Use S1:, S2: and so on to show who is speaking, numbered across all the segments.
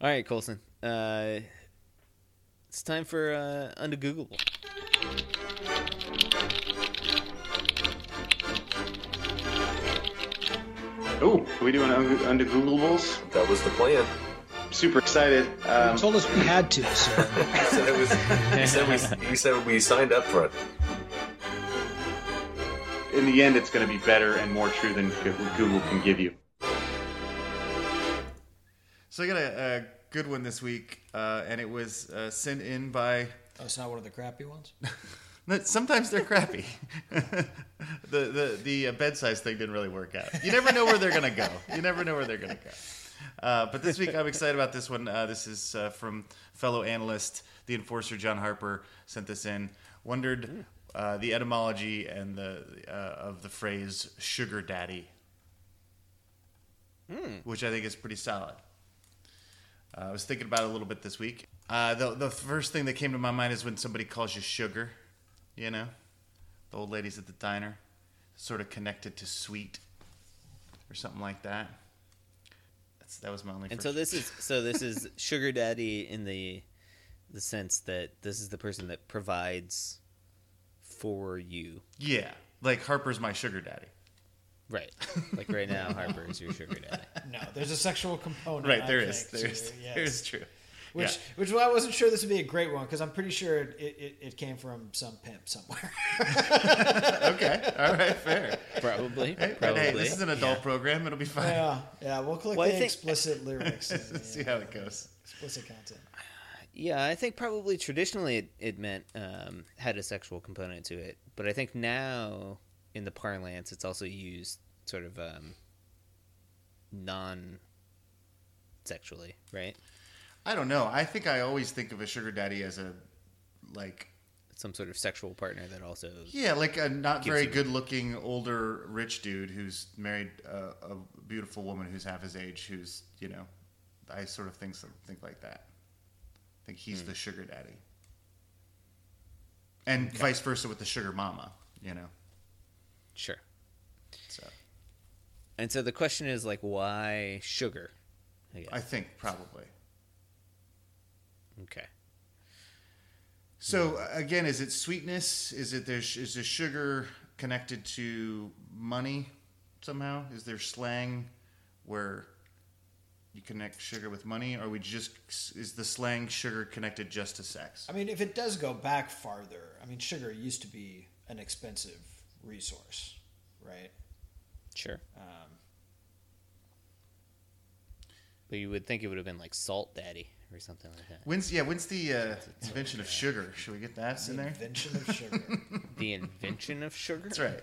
S1: All right, Colson. Uh, it's time for uh, under Google.
S2: Oh, are we doing un- under Googleables?
S3: That was the plan.
S2: Super excited.
S4: You
S2: Um,
S4: told us we had to, so
S3: He said, it was, he, said we, he said we signed up for it.
S2: in the end, it's going to be better and more true than Go- Google can give you.
S5: So I got a, a good one this week, uh, and it was uh, sent in by.
S4: that's Oh, not one of the crappy ones.
S5: no, Sometimes they're crappy. the the the uh, bed size thing didn't really work out. You never know where they're gonna go. You never know where they're gonna go. Uh, but this week I'm excited about this one. Uh, this is uh, from fellow analyst, the enforcer John Harper sent this in. Wondered uh, the etymology and the uh, of the phrase "sugar daddy," which I think is pretty solid. Uh, I was thinking about it a little bit this week. Uh, the, the first thing that came to my mind is when somebody calls you sugar, you know, the old ladies at the diner, sort of connected to sweet or something like that. That's, that was my only.
S1: And
S5: first-
S1: so this is so this is sugar daddy in the the sense that this is the person that provides for you.
S5: yeah, like Harper's my sugar daddy.
S1: Right. Like right now Harper is your sugar daddy.
S4: No, there's a sexual component.
S5: Right,
S4: I
S5: there is,
S4: think,
S5: there is,
S4: to- Oh, yes.
S5: there is true.
S4: Which,
S5: yeah.
S4: which well, I wasn't sure this would be a great one because I'm pretty sure it, it, it came from some pimp somewhere.
S5: Okay, all right, fair.
S1: Probably.
S5: Hey, but
S1: probably.
S5: hey, this is an adult program. It'll be fine.
S4: yeah, yeah. We'll click
S1: Well, I
S4: the
S1: think-
S4: explicit lyrics, and, yeah,
S5: See how it goes.
S4: explicit content.
S1: Yeah, I think probably traditionally it, it meant um, had a sexual component to it, but I think now in the parlance it's also used sort of um, non sexually, right?
S5: I don't know. I think I always think of a sugar daddy as a like
S1: Some sort of sexual partner that also
S5: Yeah, like a not
S1: Gives
S5: very
S1: you-
S5: good looking older rich dude who's married uh, a beautiful woman who's half his age, who's, you know, I sort of think, some, think like that. I think he's the sugar daddy. And vice versa with the sugar mama, you know.
S1: sure.
S5: So
S1: And so the question is like, why sugar? I guess.
S5: I think probably.
S1: okay.
S5: So again, is it sweetness? Is it there's is the sugar connected to money somehow? Is there slang where you connect sugar with money? Or we just is the slang sugar connected just to sex?
S4: I mean, if it does go back farther, I mean, sugar used to be an expensive resource, right?
S1: Sure.
S4: Um,
S1: But you would think it would have been like salt daddy or something like that.
S5: When's yeah? When's the uh, invention of sugar? Should we get that in
S4: the
S5: there?
S4: invention of sugar.
S1: The invention of sugar?
S5: That's right.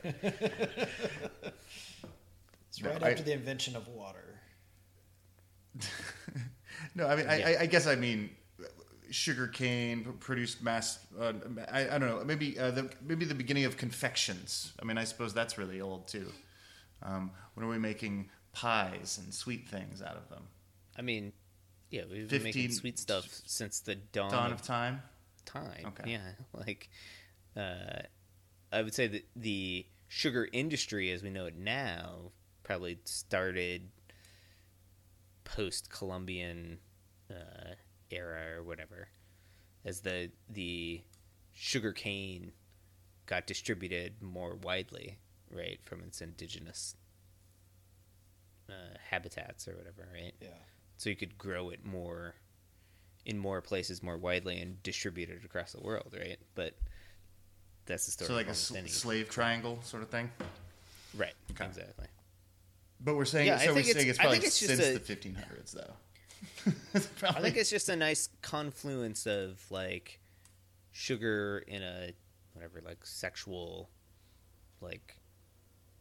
S4: It's
S5: No,
S4: right
S5: I-
S4: after the invention of water.
S5: No, I mean I, I,
S1: Yeah.
S5: I guess I mean sugar cane p- produced mass. Uh, I, I don't know. Maybe uh, the maybe the beginning of confections. I mean, I suppose that's really old too. Um, when are we making pies and sweet things out of them?
S1: I mean, yeah, we've been making
S5: 15
S1: sweet stuff since the dawn,
S5: Dawn
S1: of
S5: of time.
S1: time.
S5: Okay.
S1: Yeah, like uh, I would say that the sugar industry as we know it now probably started post-Columbian uh, era or whatever, as the the sugar cane got distributed more widely, right, from its indigenous uh, habitats or whatever, right?
S4: Yeah.
S1: so you could grow it more in more places more widely and distribute it across the world right but that's the story
S5: So like
S1: of
S5: a
S1: almost
S5: sl-
S1: any-
S5: slave triangle sort of thing.
S1: right
S5: Okay.
S1: exactly
S5: But we're saying
S1: Yeah, I
S5: so. We're
S1: think it's-
S5: saying it's
S1: I
S5: probably
S1: think it's just
S5: since
S1: a-
S5: the 1500s, though. It's
S1: i
S5: probably-
S1: think it's just a nice confluence of like sugar in a whatever like sexual like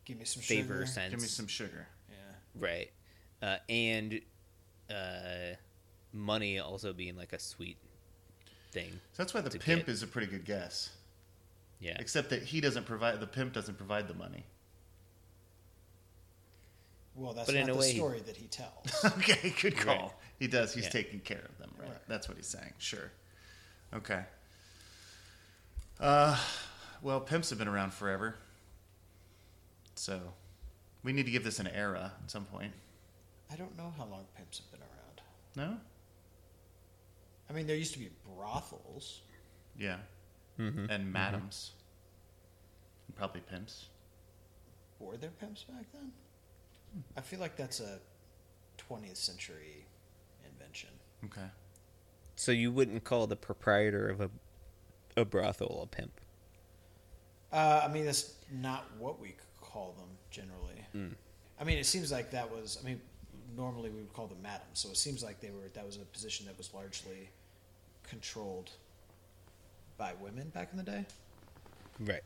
S4: Give me some
S1: favor
S4: sugar.
S1: sense
S5: give me some sugar.
S4: Yeah.
S1: right uh, and uh, money also being like a sweet thing
S5: So that's why the
S1: To
S5: pimp
S1: get-
S5: is a pretty good guess.
S1: yeah
S5: Except that he doesn't provide the pimp doesn't provide the money.
S4: Well, that's
S1: But in
S4: not
S1: a
S4: the
S1: way-
S4: story that he tells.
S5: Okay, good call. He does. He's
S1: Yeah.
S5: taking care of them, right?
S4: Right.
S5: That's what he's saying. Sure. Okay. Uh, well, pimps have been around forever, so we need to give this an era at some point.
S4: I don't know how long pimps have been around.
S5: No,
S4: I mean, there used to be brothels.
S5: Yeah. And madams. And Probably pimps.
S4: Were there pimps back then? I feel like that's a 20th century invention.
S5: Okay.
S1: So you wouldn't call the proprietor of a a brothel a pimp.
S4: Uh, I mean, that's not what we call them generally.
S5: Hmm.
S4: I mean, it seems like that was. I mean, normally we would call them madam. So it seems like they were. That was a position that was largely controlled by women back in the day,
S1: Right.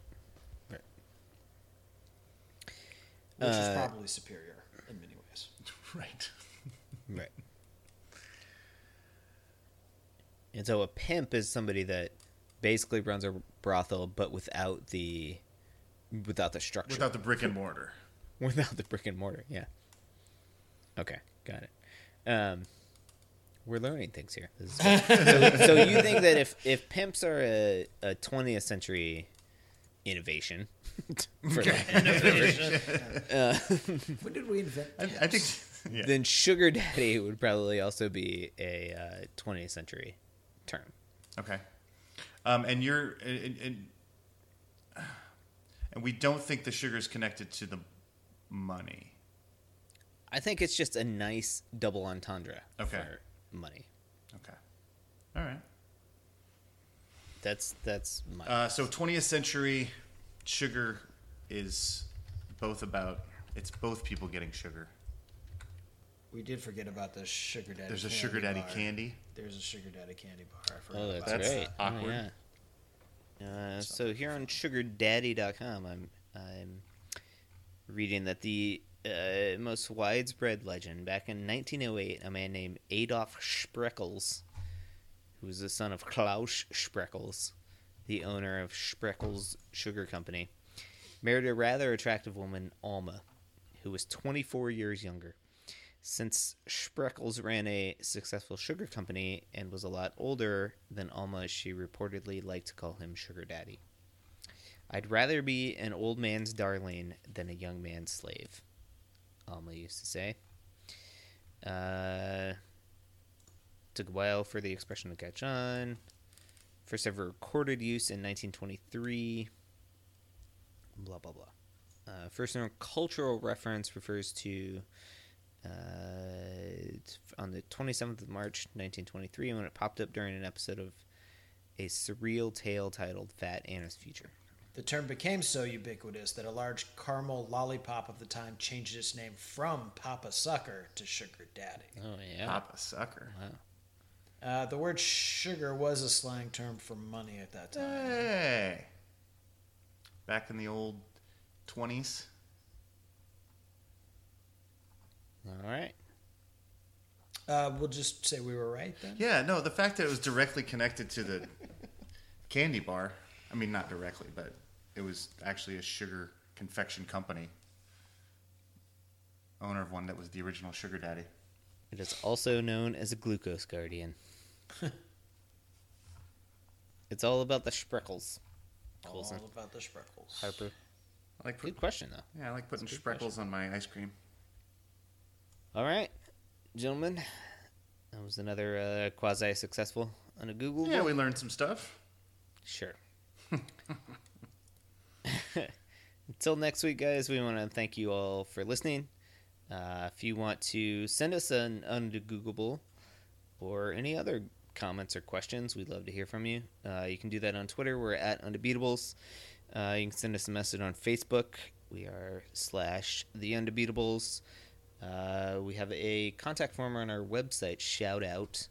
S4: which was
S1: Uh,
S4: probably superior in many ways.
S5: Right.
S1: Right. And so a pimp is somebody that basically runs a brothel but without the without the structure.
S5: Without the brick and mortar.
S1: without the brick and mortar, yeah. Okay, got it. Um we're learning things here. This is good. so, so you think that if, if pimps are a, a 20th century innovation, for lack of another word,
S4: When did we invent?
S5: I, I think. Yeah.
S1: then sugar daddy would probably also be a uh, 20th century term.
S5: Okay. Um, and you're and, and and we don't think the sugar is connected to the money.
S1: I think it's just a nice double entendre
S5: Okay.
S1: for money.
S5: Okay. All right.
S1: That's that's my
S5: Uh, so 20th century sugar is both about it's both people getting sugar.
S4: We did forget about the sugar daddy.
S5: There's a
S4: candy
S5: sugar daddy
S4: bar.
S5: candy.
S4: There's a sugar daddy candy bar. I forgot
S1: oh,
S4: about
S1: that's,
S5: that's
S4: that.
S1: right.
S5: awkward.
S1: Oh, yeah. uh, so here on sugardaddy.com, I'm I'm reading that the uh, most widespread legend back in 1908, a man named Adolf Spreckels, who was the son of Klaus Spreckels, the owner of Spreckels Sugar Company, married a rather attractive woman, Alma, who was 24 years younger. Since Spreckels ran a successful sugar company and was a lot older than Alma, she reportedly liked to call him Sugar Daddy. I'd rather be an old man's darling than a young man's slave, Alma used to say. Uh, took a while for the expression to catch on. First ever recorded use in 1923. Blah, blah, blah. Uh, first known cultural reference refers to uh, it's f- on the 27th of March, 1923, when it popped up during an episode of a surreal tale titled Fat Anna's Future.
S4: The term became so ubiquitous that a large caramel lollipop of the time changed its name from Papa Sucker to Sugar Daddy.
S1: Oh, yeah.
S5: Papa sucker.
S4: Uh, the word sugar was a slang term for money at that time.
S5: Hey. Back in the old 20s.
S1: All right. Eh.
S4: Uh, we'll just say we were right then.
S5: Yeah, no, the fact that it was directly connected to the candy bar. I mean, not directly, but it was actually a sugar confection company. Owner of one that was the original sugar daddy.
S1: It is also known as a glucose guardian. it's all about the spreckles,
S4: All
S1: Coulson.
S4: about the spreckles.
S1: Harper.
S5: I like put,
S1: Good question, though.
S5: yeah, I like putting
S1: That's a good
S5: spreckles on my ice cream.
S1: All right, gentlemen. That was another uh, quasi successful on a Google.
S5: Yeah, we learned some stuff.
S1: Sure. Until next week, guys, we want to thank you all for listening. Uh, if you want to send us an ungoogleable or any other comments or questions, we'd love to hear from you. Uh, you can do that on Twitter. We're at Undebeatables. Uh, you can send us a message on Facebook. We are slash The Undebeatables. Uh, we have a contact form on our website, shout out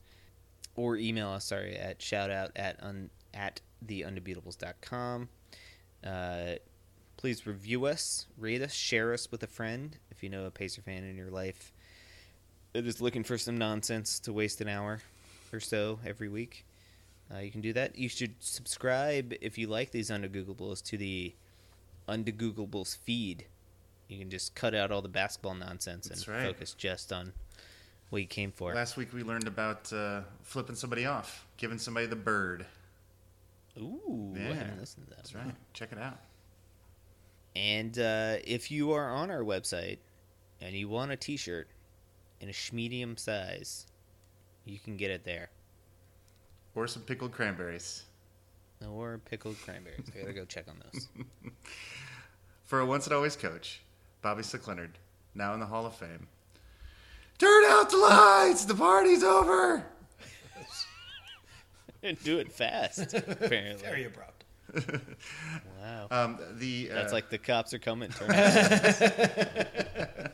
S1: or email us sorry at shoutout at un, at theundebeatables.com uh, please review us rate us share us with a friend if you know a pacer fan in your life that is looking for some nonsense to waste an hour or so every week uh, you can do that you should subscribe if you like these undergoogleables to the undergoogleables feed you can just cut out all the basketball nonsense
S5: That's
S1: and
S5: right.
S1: focus just on what you came for
S5: Last week we learned about uh, flipping somebody off, giving somebody the bird.
S1: Ooh,
S5: Yeah.
S1: I haven't listened to that.
S5: That's right. Check it out.
S1: And uh, if you are on our website and you want a T-shirt in a medium size, you can get it there.
S5: or some pickled cranberries.
S1: Or pickled cranberries. I gotta go check on those.
S5: For a once and always coach, Bobby Leonard, now in the Hall of Fame. Turn out the lights! The party's over!
S1: and do it fast. Apparently.
S4: Very abrupt.
S1: Wow.
S5: Um, uh, the, uh,
S1: That's like the cops are coming. Turn off the lights.